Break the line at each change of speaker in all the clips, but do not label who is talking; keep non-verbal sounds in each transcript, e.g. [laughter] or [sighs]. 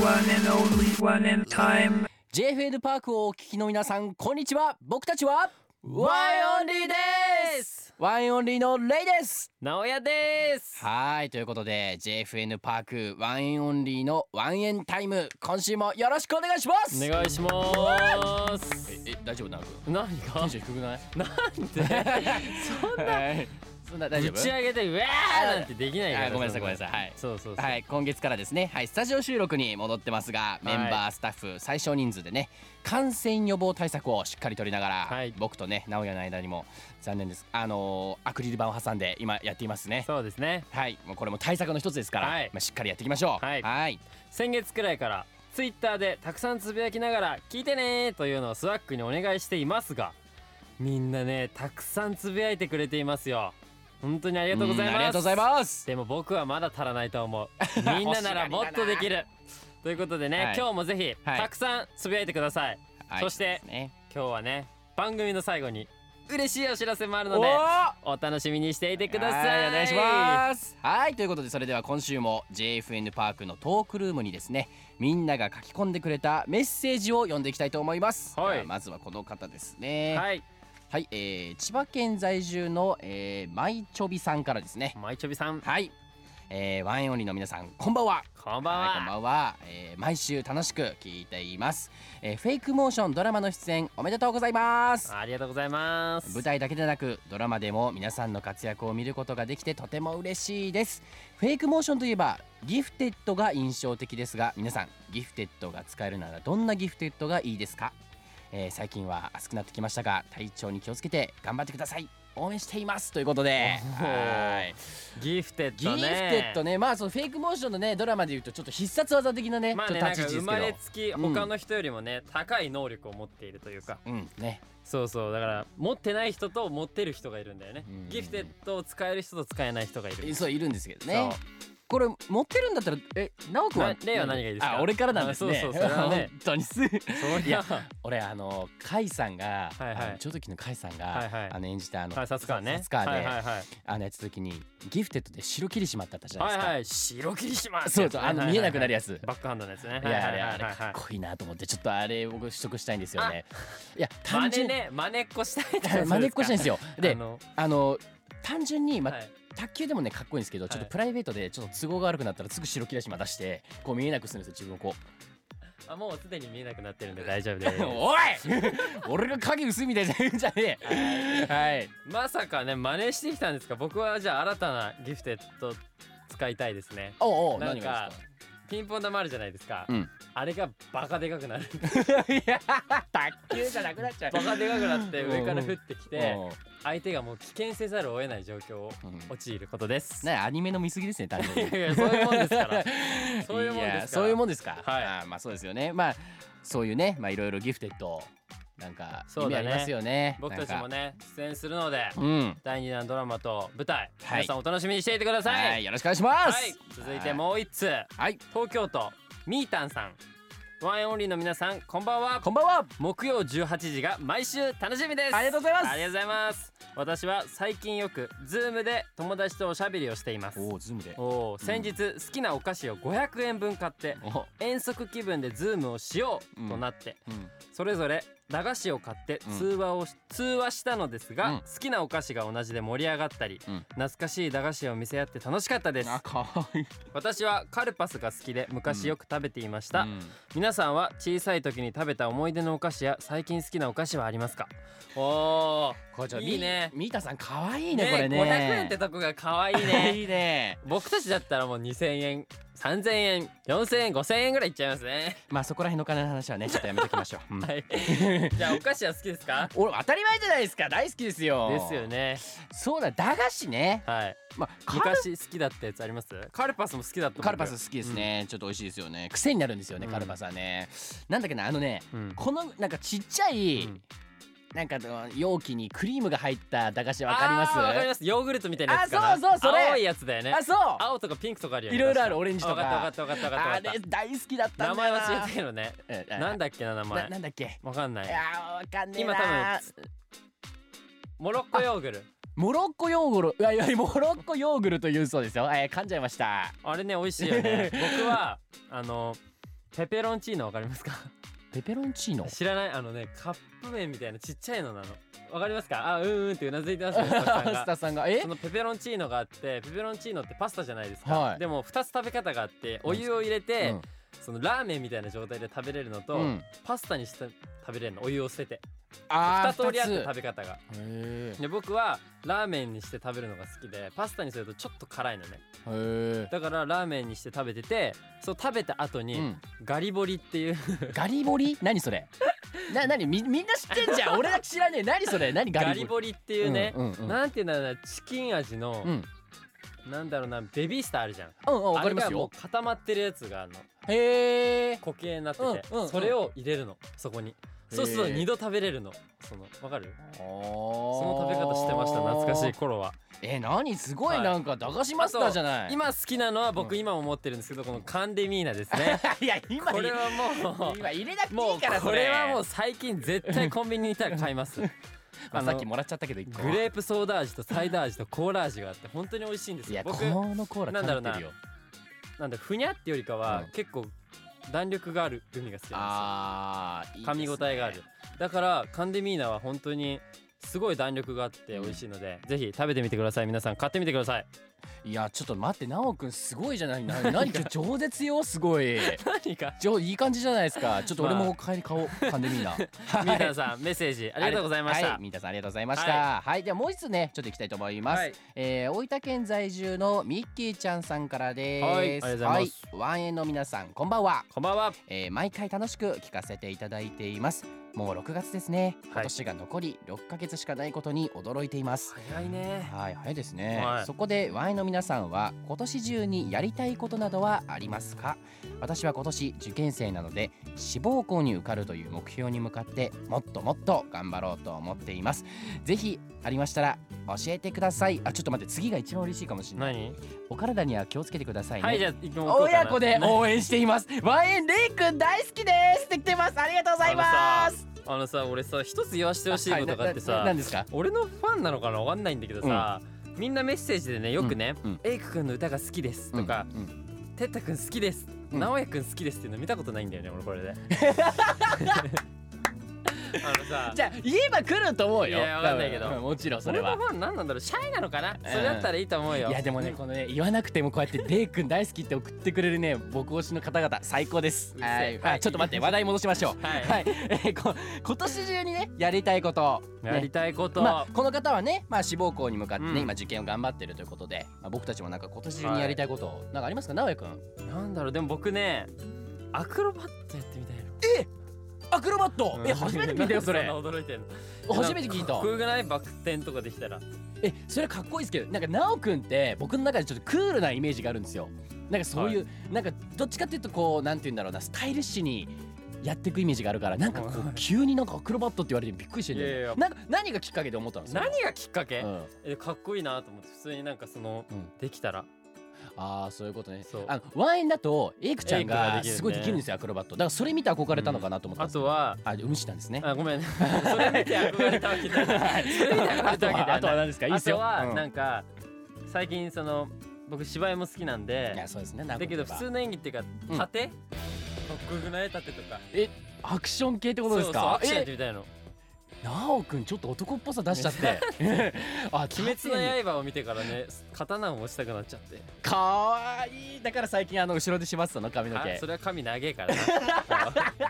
One and only one in time.
JFN パークをお聞きの皆さんこんにちは僕たちは
ワイオンリーです
ワンオンリーのレイです
直哉です
はいということで JFN パークワンオンリーのワンエンタイム今週もよろしくお願いします
お願いします
ええ大丈夫なる
何
テ
が
ンション低くない
なんでそんな
はいそんな大丈
打
夫
ち上げでうわーなんてできないから
あごめんなさいごめんなさいはい
そうそうそう
はい今月からですねはいスタジオ収録に戻ってますが、メンバースタッフ最小人数でね感染予防対策をしっかり取りながら、
はい
僕とね直哉の間にも残念ですあのーアクリル板を挟んで今やっていますね
そうですね
はいもうこれも対策の一つですから、
はい
まあ、しっかりやっていきましょう
はい
はい
先月くらいからツイッターでたくさんつぶやきながら聞いてねーというのをスワックにお願いしていますがみんなねたくさんつぶやいてくれていますよ本当にありがとうございます
んありがとうございます
でも僕はまだ足らないと
[laughs]
思うみんなならもっとできるということでね、
はい
今日もぜひ
はい
たくさんつぶやいてください、
はい
そして
そうですね
今日はね番組の最後に嬉しいお知らせもあるの
お
で
ー
お楽しみにしていてください
はいお願いしますはいということでそれでは今週も JFN パークのトークルームにですねみんなが書き込んでくれたメッセージを読んでいきたいと思います、
はい
でまずはこの方ですねはい、
はい
えー千葉県在住の、えー、マイチョビさんからですね
マイチョビさん
はい、えー、ワンエンオンリーの皆さんこんばんは
こんばんは、
い、こんばんは、えー毎週楽しく聞いています、えーフェイクモーションドラマの出演おめでとうございます
ありがとうございます
舞台だけでなくドラマでも皆さんの活躍を見ることができてとても嬉しいですフェイクモーションといえばギフテッドが印象的ですが皆さんギフテッドが使えるならどんなギフテッドがいいですか、えー最近は暑くなってきましたが体調に気をつけて頑張ってください応援していますということで
おー
はい
ギフテッ
ギ
ド
フ
ね
テッドねまあそのフェイクモーションのねドラマでいうとちょっと必殺技的なね,、
まあね
ちょ
な
っ
ん
と
か
立ち位置ですけ
生ま
ど
れつき
うん
他の人よりもね、高い能力を持っているというか
うんね
そうそうだから持ってない人と持ってる人がいるんだよね
うん
ギフテッドを使える人と使えない人がいる
そういるんですけどねこれ持ってるんだったらえ直くんは
なレイは何がいいですか
あ俺からなんですね
あそうそう
[laughs]
それはね
本当にす
そうそ
い
りゃ
や [laughs] 俺あの甲斐さんが
はいはい
あのちょうどきの甲斐さんが、
はいはい
あの演じたあの
はいサツカーね
サツカーで、
はいはいはい
あのやってた時にギフテッドで白切りしまったったじゃない
は
で
い
すか、
はい白切りします
そうそうあの見えなくなるやつ、
バックハンドのやつね
いやあれ
は
あ
い
れ
はいはい
か
は
っ
い
こいいなと思ってちょっとあれ僕取得したいんですよねいや
真
単
似
純に
ね真似っこしたいってことですか
[laughs] 真似っこしたいんですよ
[laughs] あ
で
の
あの単純に、ま
はい
卓球でもねかっこいいんですけどちょっと
はい
プライベートでちょっと都合が悪くなったらすぐ白切りしま出してこう見えなくするんですよ自分をこう
あもうすでに見えなくなってるんで大丈夫
[laughs]
[laughs] です
おい俺が影薄いみたいじゃ言うんじゃねえはい
まさかね真似してきたんですか僕はじゃあ新たなギフテッド使いたいですね
おうおう
なん
何が
かピンポン玉あるじゃないですか、
うん
あれがバカでかくなる
ですかいや卓球じゃなくなっちゃう
バカでかくなって
うん
上から降ってきて
うん
相手がもう危険せざるを得ない状況を
うん
陥ることです、
ねアニメの見過ぎですね単純に
[laughs] いやい [laughs] やそういうもんですからそういうもんですから
やそういうもんですか
はい
あーまあそうですよねまあそういうねまあいろいろギフテッドなんか
そ
意
う
味
だ
あ
ね
りますよね
僕たちも
ね
ね出演するので
うん
第2弾ドラマと舞台、
はい
皆さんお楽しみにしていてください
はいよろしくお願いしま
はい
す
続いてもう一つ
はい
東京都みーたんさんワンエンオンリーの皆さんこんばんは
こんばんは
木曜18時が毎週楽しみです
ありがとうございます
ありがとうございます私は最近よくズームで友達とおしゃべりをしています
おおズームで
おお先日好きなお菓子を500円分買って
お
遠足気分でズームをしようとなって、
うん
それぞれ駄菓子を買って
うん
通話をし、通話したのですが、
うん
好きなお菓子が同じで盛り上がったり、
うん
懐かしい駄菓子を見せ合って楽しかったです
あかわいい
私はカルパスが好きで昔よく食べていました、
うん
皆さんは小さい時に食べた思い出のお菓子や最近好きなお菓子はありますかお
こちら
いいね
みみーたさん可愛い
ー
ねこれね
500円ってとこが可愛い
[laughs]
ね
いいね
僕たちだったらもう2000円3000円4000円5000円ぐらいいっちゃいますね
まあそこら辺のお金の話はねちょっとやめときましょう、うん
[laughs] はいじゃあお菓子は好きで
[laughs]
すか
俺当たり前じゃないですか大好きですよ
ですよね
そうだ駄菓子ね
はい
まあカル
昔好きだったやつありますカルパスも好きだった
カルパス好きですね、ちょっと美味しいですよね癖になるんですよね、
うん
カルパスはねなんだっけなあのね
うん
このなんかちっちゃい、
うん
なんかあの容器にクリームが入った駄菓子わかります
あーわかりますヨーグルトみたいなやつかな
あそうそうそれ
青いやつだよね
あそう
青とかピンクとかあるよね
いろいろあるオレンジとか
分かった分かった分かった
あ
分かっ
れ大好きだったた
名
んだ
前
よな
忘れたけどね
ええ
なんだっけな名
な
前
なんだっけ
わかんないい
やーわかんねえな
今多分モロッコヨーグル
モロッコヨーグルいやいやモロッコヨーグルというそうですよ、えー、噛んじゃいました
あれね美味しいよね僕はあのペペロンチーノわかりますか
ペペロンチーノ
知らないあのねカップ麺みたいなちっちゃいのなのわかりますかあうんうんってうなずいてま
[laughs]
すよスタッフさんが
スタさんがえ
そのペペロンチーノがあってペペロンチーノってパスタじゃないですか、
はい
でも2つ食べ方があってお湯を入れて、
うん
そのラーメンみたいな状態で食べれるのと、
うん
パスタにして食べれるのお湯を捨てて
あー
2通りあって
二つ
食べ方が
へ
で僕はラーメンにして食べるのが好きでパスタにするとちょっと辛いのね
えへ
だからラーメンにして食べててそう食べた後
え、
に、
うん、
ガリボリっていう
ガリボリ何それな何みみんな知ってんじ
[laughs]
ゃん俺だけ知らねえ何それ何ガリボ
ガ
リ
リボリっていうね、
うんうんうん
なんていうんだろうなチキン味の
う、ん
なんだろうなベビースターあるじゃん
うんうんわかります
あれがも
よ
う固まってるやつがあるの
へえ
固形になってて、
うんうんうん
それを入れるのそこにそうすると
へー
二度食べれるのそのわかる
そ
その
の
食べ方してました懐かしい頃は
え何すごい
はい
なんか駄菓子マスターじゃない、
今好きなのは僕
うん
今も持ってるんですけどこのカンデミーナです
[laughs]
ね
いや今
これはもう
今入れなくてい
も
いうからそ
こ
れ
れはもう最近絶対コンビニにいたら買います
[laughs] まあ
あの
さっきもらっちゃったけど一個
グレープソーダ味とサイダー味とコーラ味があって本当に美味しいんです
い
よ
やこ
僕
のコーラ
なんだろう
食べ
な
てるよ
なんだふにゃってよりかは
うん
結構弾力があるグミが好きなんで
あーいい
すよ噛み応えがあるだからカンデミーナは本当にすごい弾力があって美味しいので、ぜひ食べてみてください皆さん買ってみてくださ
[laughs]
い
いやちょっと待って奈くんすごいじゃないな
[laughs]
何か饒舌よすごい
何か
ちょいい感じじゃないですかちょっと俺
ま
も
あ
帰り買おう噛んでみんな
[laughs] ミーターさんメッセージありがとうございました、
はい、ミータさんありがとうございましたはい、ではもう一つねちょっと行きたいと思います、
はい
えー大分県在住のミッキーちゃんさんからです
はいありがとうございます
はい、ワンエンの皆さんこんばんは
こんばんは
えー毎回楽しく聞かせていただいていますもう6月ですね
い
今年が残り6ヶ月しかないことに驚いています、
早いね
はい早いですね、
はい
そこでワインの皆さんは今年中にやりたいことなどはありますか私は今年受験生なので志望校に受かるという目標に向かってもっともっと頑張ろうと思っていますぜひありましたら教えてくださいあちょっと待って次が一番嬉しいかもしれない
何
お体には気をつけてくださいね
はいじゃあ行こうかな
親子で応援しています。ワンエンレイくん大好きです。できてます。ありがとうございます。
あのさ俺さ一つ言わしてほしいことがあってさ、
何ですか？
俺のファンなのかなわかんないんだけどさ、みんなメッセージでねよくね、
うんうん
エイクくんの歌が好きですとか、
うんうん
てったくん好きです、
うん
直哉くん好きですっていうの見たことないんだよね俺これ
[laughs]
であのさ
じゃあ言えば来ると思うよ。
いやわかんないけど
多分うんもちろんそれ
俺の [laughs]
は
フ。ァン何なんだろうシャイなのかな、それだったらいいと思うよ
いやでもねこのね言わなくてもこうやってレイくん大好きって送ってくれるね僕推しの方々最高です
う。るせえ
はい。
は
あ
い
ちょっと待って話題戻しましょう。
はい
はい。えーこ今年中にねやりたいこと。ね
やりたいこと、
まあ、この方はね、まあ、志望校に向かってね、
うん
今受験を頑張ってるということで、まあ、僕たちもなんか今年中にやりたいこと、なんかありますか直哉くん
なんだろうでも僕ねアクロバットやってみたいの
アクロバット、え初めて聞いたよそれ
[laughs] なんでんな驚いてんの
初めて聞い
か
た
っこよくないバク転とかできたら
えそれかっこいいですけどなんか奈く君って僕の中でちょっとクールなイメージがあるんですよなんかそういう、なんかどっちかっていうとこうなんて言うんだろうなスタイリッシュにやっていくイメージがあるからなんかこ
は
う
い
急になんかアクロバットって言われてびっくりしてるんだ
いやい
よ
や
ねなんか何がきっかけで思ったんですか、
何がきっかけ、
うん、
えかっこいいなと思って普通になんかその、
うん
できたら
ああそういうことね
そう
あのワンエンだとエイクちゃん
エイクが
が
できるね
すごいできるんですよアクロバットだからそれ見て憧れたのかなと思ったん
あ
ですけ
と
ど、
は
あうん、したんですね
あ
[laughs]
ごめんそれ見て憧れたわけじゃないそれ見
あ
て憧
と
れたわけじゃない
はあとは何ですかいいで
あ
すよ
とは
うん
なんか、最近その僕芝居も好きなん
い
で
やそうですねだ
だけど普通の演技っていうか
うん
盾、かっこよくない盾とか
アクション系ってことです
そうそう
か
アクションやってみたいの
なおくんちょっと男っぽさ出しちゃって
[laughs]
あ
鬼滅
確かに
の刃を見てからね刀を持ちたくなっちゃって
かわいいだから最近あの後ろで縛ってたの髪の毛
あそれは髪長
[laughs]
えからな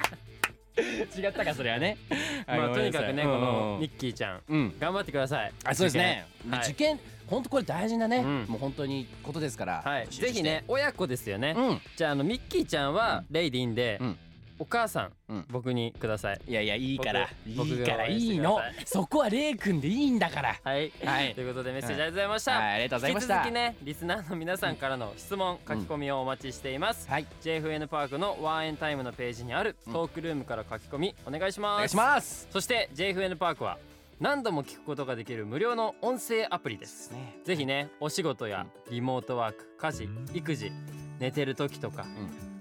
違ったかそれはね
[laughs] まあとにかくねこの
うん
ニッキーちゃん
うん
頑張ってください
あそうですね
受験はい
受験本当これ大事なね
うん
もう本当にことですから
はい
集中
ぜ
して
ひね親子ですよね、
うん
じゃああのミッキーちゃんはレイディンで、
うん
お母さん、
うん
僕にください
いやいやいいからい
僕
いから
僕が応援
い
して
い
くだ
の
さい
そこはレイくんでいいんだ
[laughs]
から
はい、
はい
ということでメッセージありがとうございました、
はいありがとうございました
引き続きねリスナーの皆さんからの質問、書き込みをお待ちしています、
はい
JFN パークのワンエンタイムのページにあるトークルームから書き込みお願いします
お願いします
そして JFN パークは何度も聞くことができる無料の音声アプリです
ね
ぜひねお仕事やリモートワーク家事育児寝てる時とか、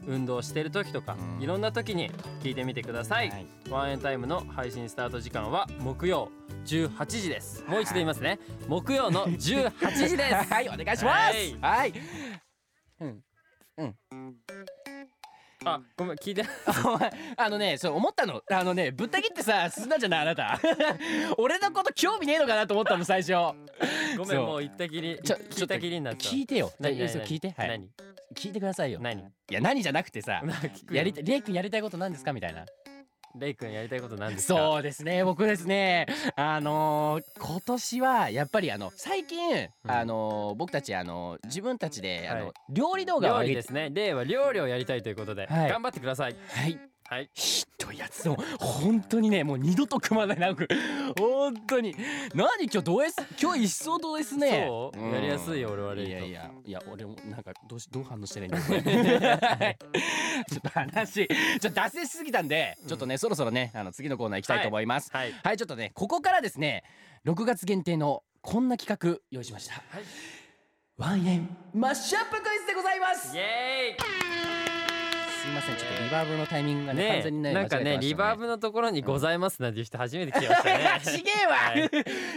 運動してる時とか、
うん
いろんな時に聞いてみてください、
はい
ワンエンタイムの配信スタート時間は木曜18時ですもう一度言いますね木曜の18時です
[laughs] はい、お願いします。はい。うん。うん。
あごめん聞いて
お前あのねそう思ったのあのねぶった切ってさすんだじゃないあなた [laughs] 俺のこと興味ねえのかなと思ったの最初
ごめん
そう
もう言ったきり
ちょ
聞いたきりになっちゃう
聞いてよ
何
え
何
そう
何
聞いてはい
何
聞いてくださいよ
何
いや何じゃなくてさ
なんか [laughs] 聞くよ
やりたレイ君やりたいことなんですかみたいな
レイ君やりたいことなんですか
そうですね僕ですねあのー今年はやっぱりあの最近、
うん
あのー僕たちあのー自分たちであの、
はい
料理動画を
料
上
理
げ
で
て
すねレイは料理をやりたいということで、
はい
頑張ってください
はい
はい
ひどいやつも本当にねもう二度と組まないな僕本当に何今日ド S 今日一層ド S ね
そう、
ん
やりやすいよ俺はレイ
い
と
やいやいや俺もなんかどうしどう反応して
[laughs]
ないんだろうねちょっと話ちょっと脱線しすぎたんでちょっとね、そろそろねあの次のコーナー行きたいと思います
はい
はい、ちょっとねここからですね6月限定のこんな企画用意しました、
はい
ワンエンマッシュアップクイズでございます
イ
すい
エ
ませんちょっとリバーブのタイミングが
ーイ
ね完
ね
全にね
なんか
間違え
ね
てました
リバーブのところにございますなんていう人初めて聞きましたね
[laughs] ちげえわ、
はい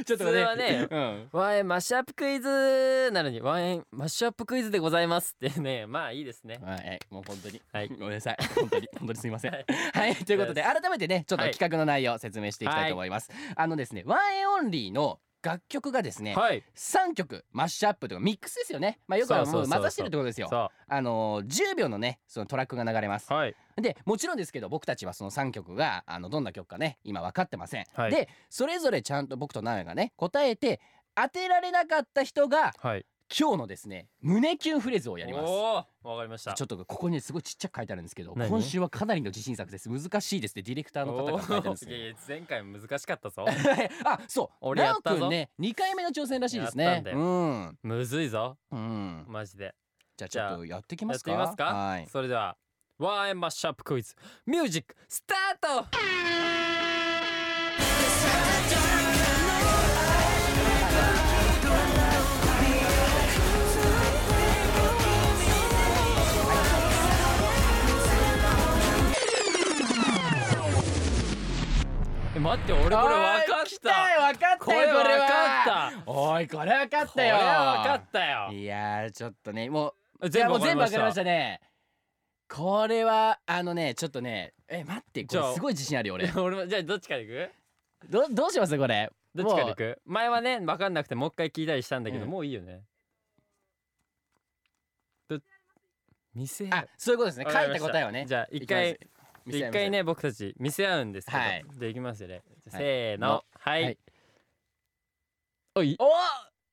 ちょっと
それはね
うん
ワンエンマッシュアップクイズなのにワンエンマッシュアップクイズでございますってね [laughs] まあいいですね
はい、もう本当に、
はい
ごめんなさ
[laughs]
い、本当に、本当にすみません。は
はいい、
ということで、改めてね、ちょっと
はい
企画の内容を説明していきたいと思います。あのですね、ワンエンオンリーの楽曲がですね、
はい
三曲マッシュアップというかミックスですよね。まあ、よくはも
そうそう
う
そうそう
混ざしてるってことですよ。
さ
あのー、10秒のねそのトラックが流れます
あはい
でもちろんですけど僕たちはその3曲があのどんな曲かね今分かってません、
はい
でそれぞれちゃんと僕とナナがね答えて当てられなかった人が
はい
今日のですね胸キュンフレーズをやります
おおわかりました
ちょっとここにねすごいちっちゃく書いてあるんですけど
何
今週はかなりの自信作です難しいですってディレクターの方が書いてあるんです
おーいや
ね
いや前回も難しかったぞ
[laughs] あそう
俺や
なお
ったぞ
くんね2回目の挑戦らしいですね
やったんだよ
うん
むずいぞ
うん
マジで
じゃあちょっとやってきま
やっ
す
て
か
みますか
はい
それではワンエンマッシュアップクイズミュージックスタートえ待って俺これ分か
お
っ
い来
た
よ分かったよ
これ
は
分かった
おいこれ分かっ
こ
た
れ
よ
は分かったよ
いやーちょっとねもういや
全
もう
部分か
全部分
りまし
かりま
た
し
[laughs]
たねこれはあのねちょっとねえ待ってこ
じゃ
れ
あ
すごい自信あるよ俺
俺もじゃあどっちからいく
どどうしますこれ
どっちから
も
いうく前はね分かんなくてもう一回聞いたりしたんだけど、
うん
もういいよねど見せ合
あ
う
そういうことですね
わ
書
か
い
り
た
ました
答えをね
じゃあ一
い
回
きます
一回ね僕たち見せ合うんですけど、
はい
じゃあいきますよね、じゃあ
はい
せー
の
のはい、
はい
おい
お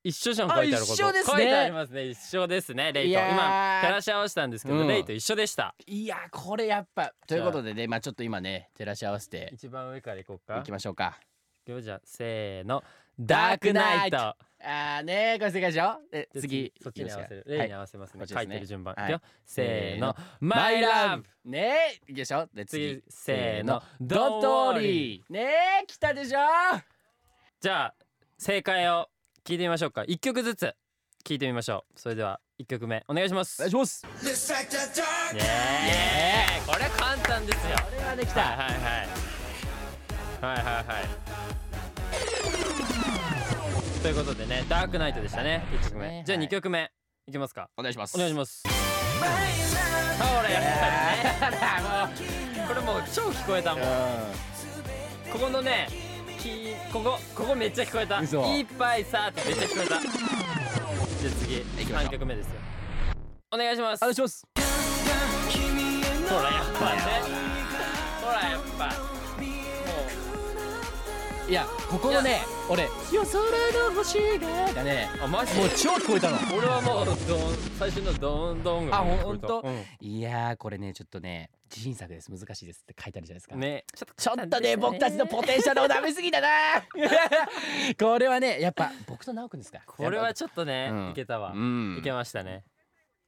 一緒じゃん書いてあること
あ一緒ですね
書いてありますね一緒ですねレイ
い
と
やー
今照らし合わせたんですけど、
うん
レイと一緒でした
いやこれやっぱということでねまあちょっと今ね照らし合わせて
一番上からいこう
い
か
きましょうか
よじゃあせーの
ダー
ダー
ク
ク
ナ
ナ
イ
イ
ト
ト
あーねーこれ正解でしょえ
で
次
そっちに合わせる
いきますか
例に合わせますね、
はい
書いてる順番、
はい
いくよせーの
マ
マ
イ
イ
ラ
ラ
ブ
ブ
ねえいいでしょで次
次せーの
ド
ド
ント
ント
ー
ーリー
リーねえ来たでしょ
じゃあ正解を聞いてみましょうか一曲ずつ聞いてみましょうそれでは一曲目お願いします
お願いします
イエーイこれ簡単ですよ
これはでき
はい
た
はいはいはいはいはいということでねダークナイトでしたね一曲
は
目
い
じゃあ二曲目いきますか
お願いします
お願いし
ま
ますほらやっぱりねこれもう超聞こえたもんここのねきここここめっちゃ聞こえた
嘘
いっぱいさーってめっちゃ聞こえたじゃあ
行き
次
ましょう
三曲目ですよお願いしま
お
す
願いします
ほらやっぱねほらやっぱも
いやここのね俺夜空の星ががね
うあマジ
もう超聞こえたの
俺はもうドン最初のドンドンが
あほん
聞こえた
ほんといやーこれねちょっとね自信作です難しいですって書いてあるじゃないですか
うんねちょっ
ちょっとね僕たちのポテンシャルをダメすぎ
[laughs]
だなこれはねやっぱ僕と直くんですか
これはちょっとね、
うん
いけたわ、
うん
いけましたね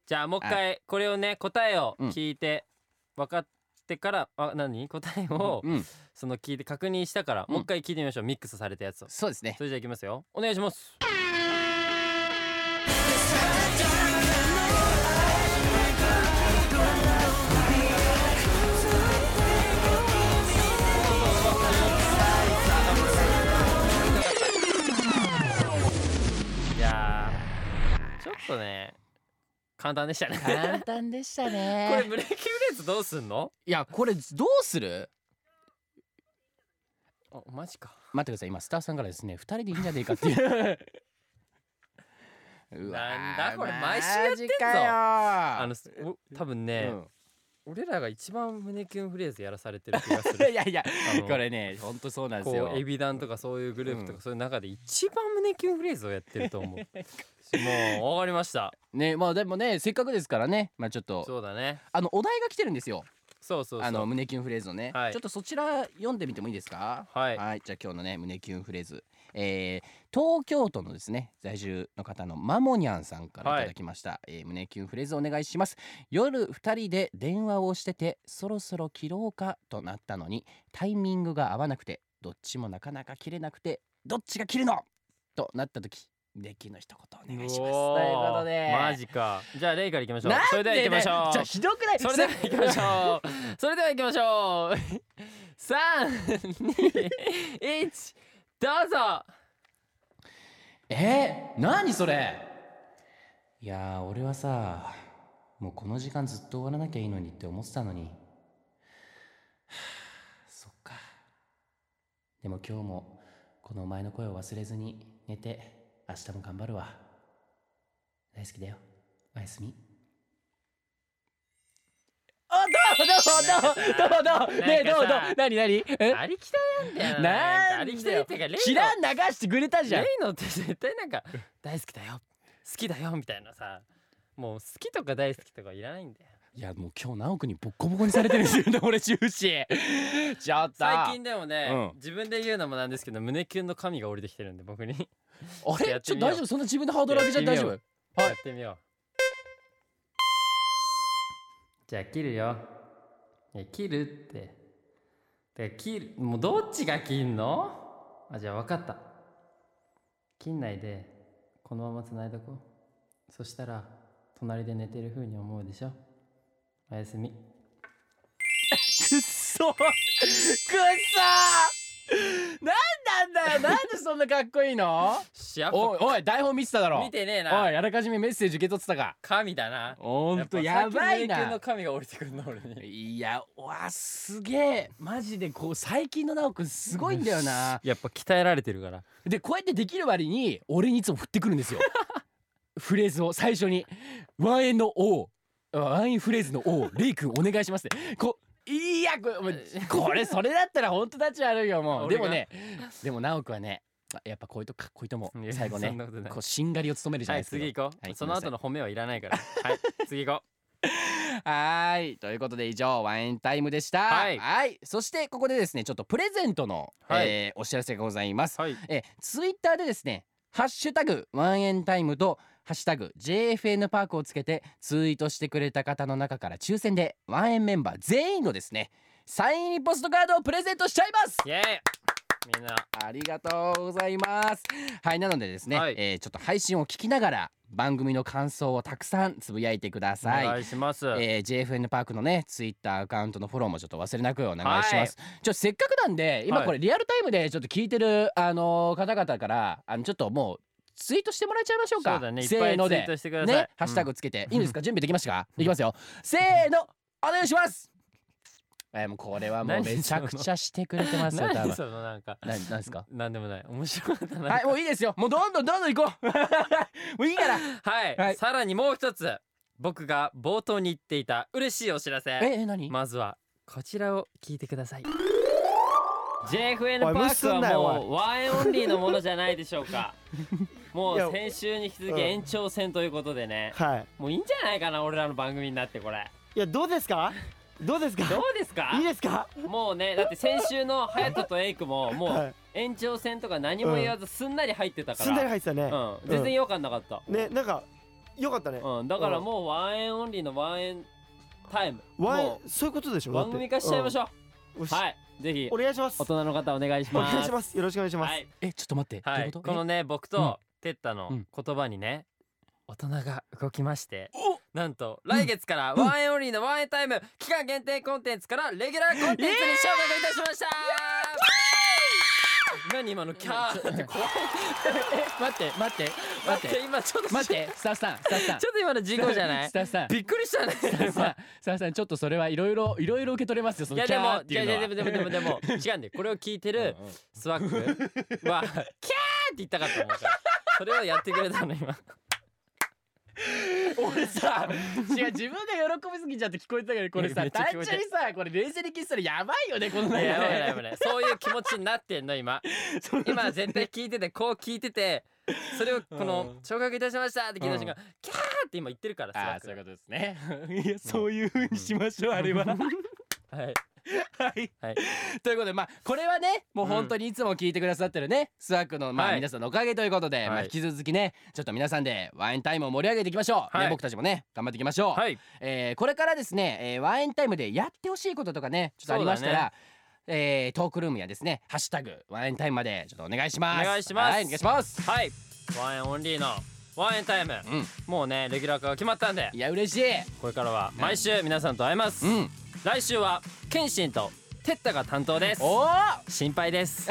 じゃあもう一回これをね答えを聞いて分かってからあ何答えを
うん
その聞いて確認したから、
うん
もう一回聞いてみましょうミックスされたやつを
そうですね
それじゃあいきますよお願いしますいやーちょっとね簡単でしたね
簡単でしたね
これ胸キュンレ月どうすんの
いやこれどうする
あマジか
待ってください今スタッフさんからですね二人でいいんじゃねえかっていううわー
なんだこれ毎週やって
マ
んぞ
ジかよ
あのすお多分ね、俺らが一番胸キュンフレーズやらされてる気がす
[laughs] うん
る
いやいや
あの
これね本当そうなんです
こ
よ
うエビダンとかそういうグループと
う
かそういう中で一番胸キュンフレーズをやってると思
[laughs]
うもうわかりました
ねまあでもねせっかくですからねまあちょっと
そうだね
あのお題が来てるんですよ
そうそうそう
あの胸キュンフレーズのね、
はい
ちょっとそちら読んでみてもいいですか
はい
じゃあ今日のね胸キュンフレーズ、えー、東京都のですね在住の方のマモニャンさんから
はい
いただきました、えー胸キュンフレーズお願いします夜二人で電話をしててそろそろ切ろうかとなったのにタイミングが合わなくてどっちもなかなか切れなくてどっちが切るのとなった時胸キュンの一言お願いしますという
おー
ことで
マジかじゃあレイから行きましょう
なん
それでは行きましょ
ね
う
じゃあひどくない
それでは行きましょう。
[laughs]
それでは行きましょう。 [laughs] 三、二、一、どうぞ。
えー、何それいやー俺はさもうこの時間ずっと終わらなきゃいいのにって思ってたのには [sighs] あそっかでも今日もこのお前の声を忘れずに寝て明日も頑張るわ大好きだよおやすみあどうどうどうどうどうねえどうどう何何え
ありきたりなんだよな。んかありきたりっていうか、レイの。
キラ流してくれたじゃん
レイのって絶対な
[laughs]
んか、大好きだよ。好きだよみたいなさ。もう好きとか大好きとかいらないんだよ。
いやもう今日直くにボッコボコにされてるんですよね俺終始ちょっと
最近でもね、
うん
自分で言うのもなんですけど、胸キュンの神が降りてきてるんで、僕に。
あれ
やっ
ち
て
ょっ
み
と
よう
大丈夫そんな自分でハードル上げちゃって大丈
や
夫
っやってみよう。じゃあ切るよ。いや切るって。てか切る、もうどっちが切んのあ、じゃあ分かった。切んないで、このまま繋いどこう。そしたら、隣で寝てる風に思うでしょ。おやすみ。
くっそくっそーなんなんだよなんでそんなかっこいい [laughs] の
やっ
おいおい台本見てただろ
見てねえ
お
な。
いあらかじめメッセージ受け取ってたか
神だな。
ほんとやばい
やっぱさっきの迷宮
な
の神が降りてくるの俺に。
いやわすげえマジでこう最近の直くんすごいんだよな
[laughs] やっぱ鍛えられてるから。
でこうやってできる割に俺にいつも振ってくるんですよ [laughs] フレーズを最初にワンエンの王あワンエンフレーズの王レイ君お願いしますってこいやこれもうこれそれだったら本当たち悪いよもうで
俺が
もねでも直くはねやっぱこういうとこかっこいいと思
いうや
最後
[laughs] そん
ね
なことない
こうしんがりを務めるじゃ
は
ない
い
ですか
次行こう、
はい
その後の褒めはいらないからはい次行こ
はーいということで以上ワインタイムでした
はい
そしてここでですねちょっとプレゼントの、
はい
えーお知らせがございます
うはい
えツイッター Twitter でですね「ハッシュタグワンエンタイム」と「ハッシュタグ #JFN パーク」をつけてツイートしてくれた方の中から抽選でワンエンメンバー全員のですねサイン入りポストカードをプレゼントしちゃいます
イエーイみんな
ありがとうございますはいなのでですね、
はい
えーちょっと配信を聞きながら番組の感想をたくさんつぶやいてください
お願いします、
えー JFN パークのねツイッターアカウントのフォローもちょっと忘れなくお願いします、ちょせっかくなんで今
はい
これリアルタイムでちょっと聞いてる、あのー方々からあのちょっともうツイートしてもらいちゃいましょうか
そうだねいっ
せ
ぱ
ー
いツイ
の
ー
で
トしてください、
ねハッシュタグつけ
[laughs]
て、いいですか準備できましたかできますよせーのお願いしますえーもうこれはもう
何
めちゃくちゃしてくれてますよ多
何
分
そのなんか
ななんですか
なんでもない面白かったな
はいもういいですよもうどんどんどんどん行こ
[laughs]
うもういいから
はい、
はい
さらにもう一つ僕が冒頭に言っていた嬉しいお知らせ
ええ何、
まずはこちらを聞いてください JFN パ
おい無視
ーク
すんなよ
はもうワンエンオンリーのものじゃないでしょ
[laughs]
うかも
いうや
先週に引き続
うん
き延長戦ということでね、
はい。
もういいんじゃないかな俺らの番組になってこれ
いや、どうですか。どうですか。
どうですか
いいですか。
もうねだって先週の隼人とエイクもも
[laughs] は
う
い
延長戦とか何も言わずすんなり入ってたか
すんなり
ら、
入ってたね。
うん、全然違和感なかった、
ね、なんか。よかったね。
うん、だからもうワンエンオンリーのワンエンタイム
ワ
も
ン、そういうことでし
う
ょ
番組化しちゃいまし
ょ
ょう、
うん。よし
はいぜひ
お願いします。
大
お
人の方お願いします
願いします。よろしくお願いします
は。い、
えちょっと待って、
は
どうい
いうこ
こと
のね僕とテッタの
うん
言葉にね、大人が動きまして
お
なんと来月からワンエンオンリーのワンエンタイム期間限定コンテンツからレギュラーコンテンツに昇格いたしました何今のキャ
[laughs]
ーって怖い
待って待って
待
待
っ
ってて
今ちょっと
待ってスタッフさんスタッフさん
ちょっと今の事故じゃない
スタッフ [laughs] さん
びっく
[laughs]
りしたね
スタッフさんスタッフさんちょっとそれはいろいろいろいろ受け取れますよそ
い
の
や
キ
で
ャー
も
って
いや
いう
い
のは
やでもでもでもでも
[laughs]
違うんだよこれを聞いてる
うんうん
スワックはキャーって言ったかったもん俺それをやってくれたの今
俺さ違う自分が喜びすぎちゃって聞こえてたけどこれさ
めっちゃ
単
聞こ
純
え
に
て
さこれ冷静に聞いてたらやばいよねこの
い
中
や
で
やばいやばいやばいそういう気持ちになってんの今今絶対聞いててこう聞いててそれをこの
う
「昇格いたしました」って聞いた瞬間
う
「キャー!」って今言ってるから
ああ
ス
そういう
ワッ
ことですねいやそういう風にしましょうあれは
クはい
はい、
はい
ということでまあこれはねもう
うん
本当にいつも聞いてくださってるね、スワックのまあ、
はい
皆さんのおかげということで、ま
は
あ
い
引き続きねちょっと皆さんでワインタイムを盛り上げていきましょう、
はい
ね僕たちもね頑張っていきましょう、
はい
えーこれからですね、えーワインタイムでやってほしいこととかねちょっとありました
そうだ
ら、えートークルームやですね「ハッシュタグワインタイム」までちょっとお願いします
お願いします
はいお願いします
はいワンエンオンリーのワンエンタイム
うん
もうねレギュラー化が決まったんで
いや嬉しい
これからは毎週皆さんと会えます
うん
来週は謙信とテッタが担当です
おお [laughs]
心配です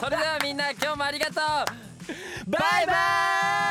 それではみんな今日もありがとう
バイバイ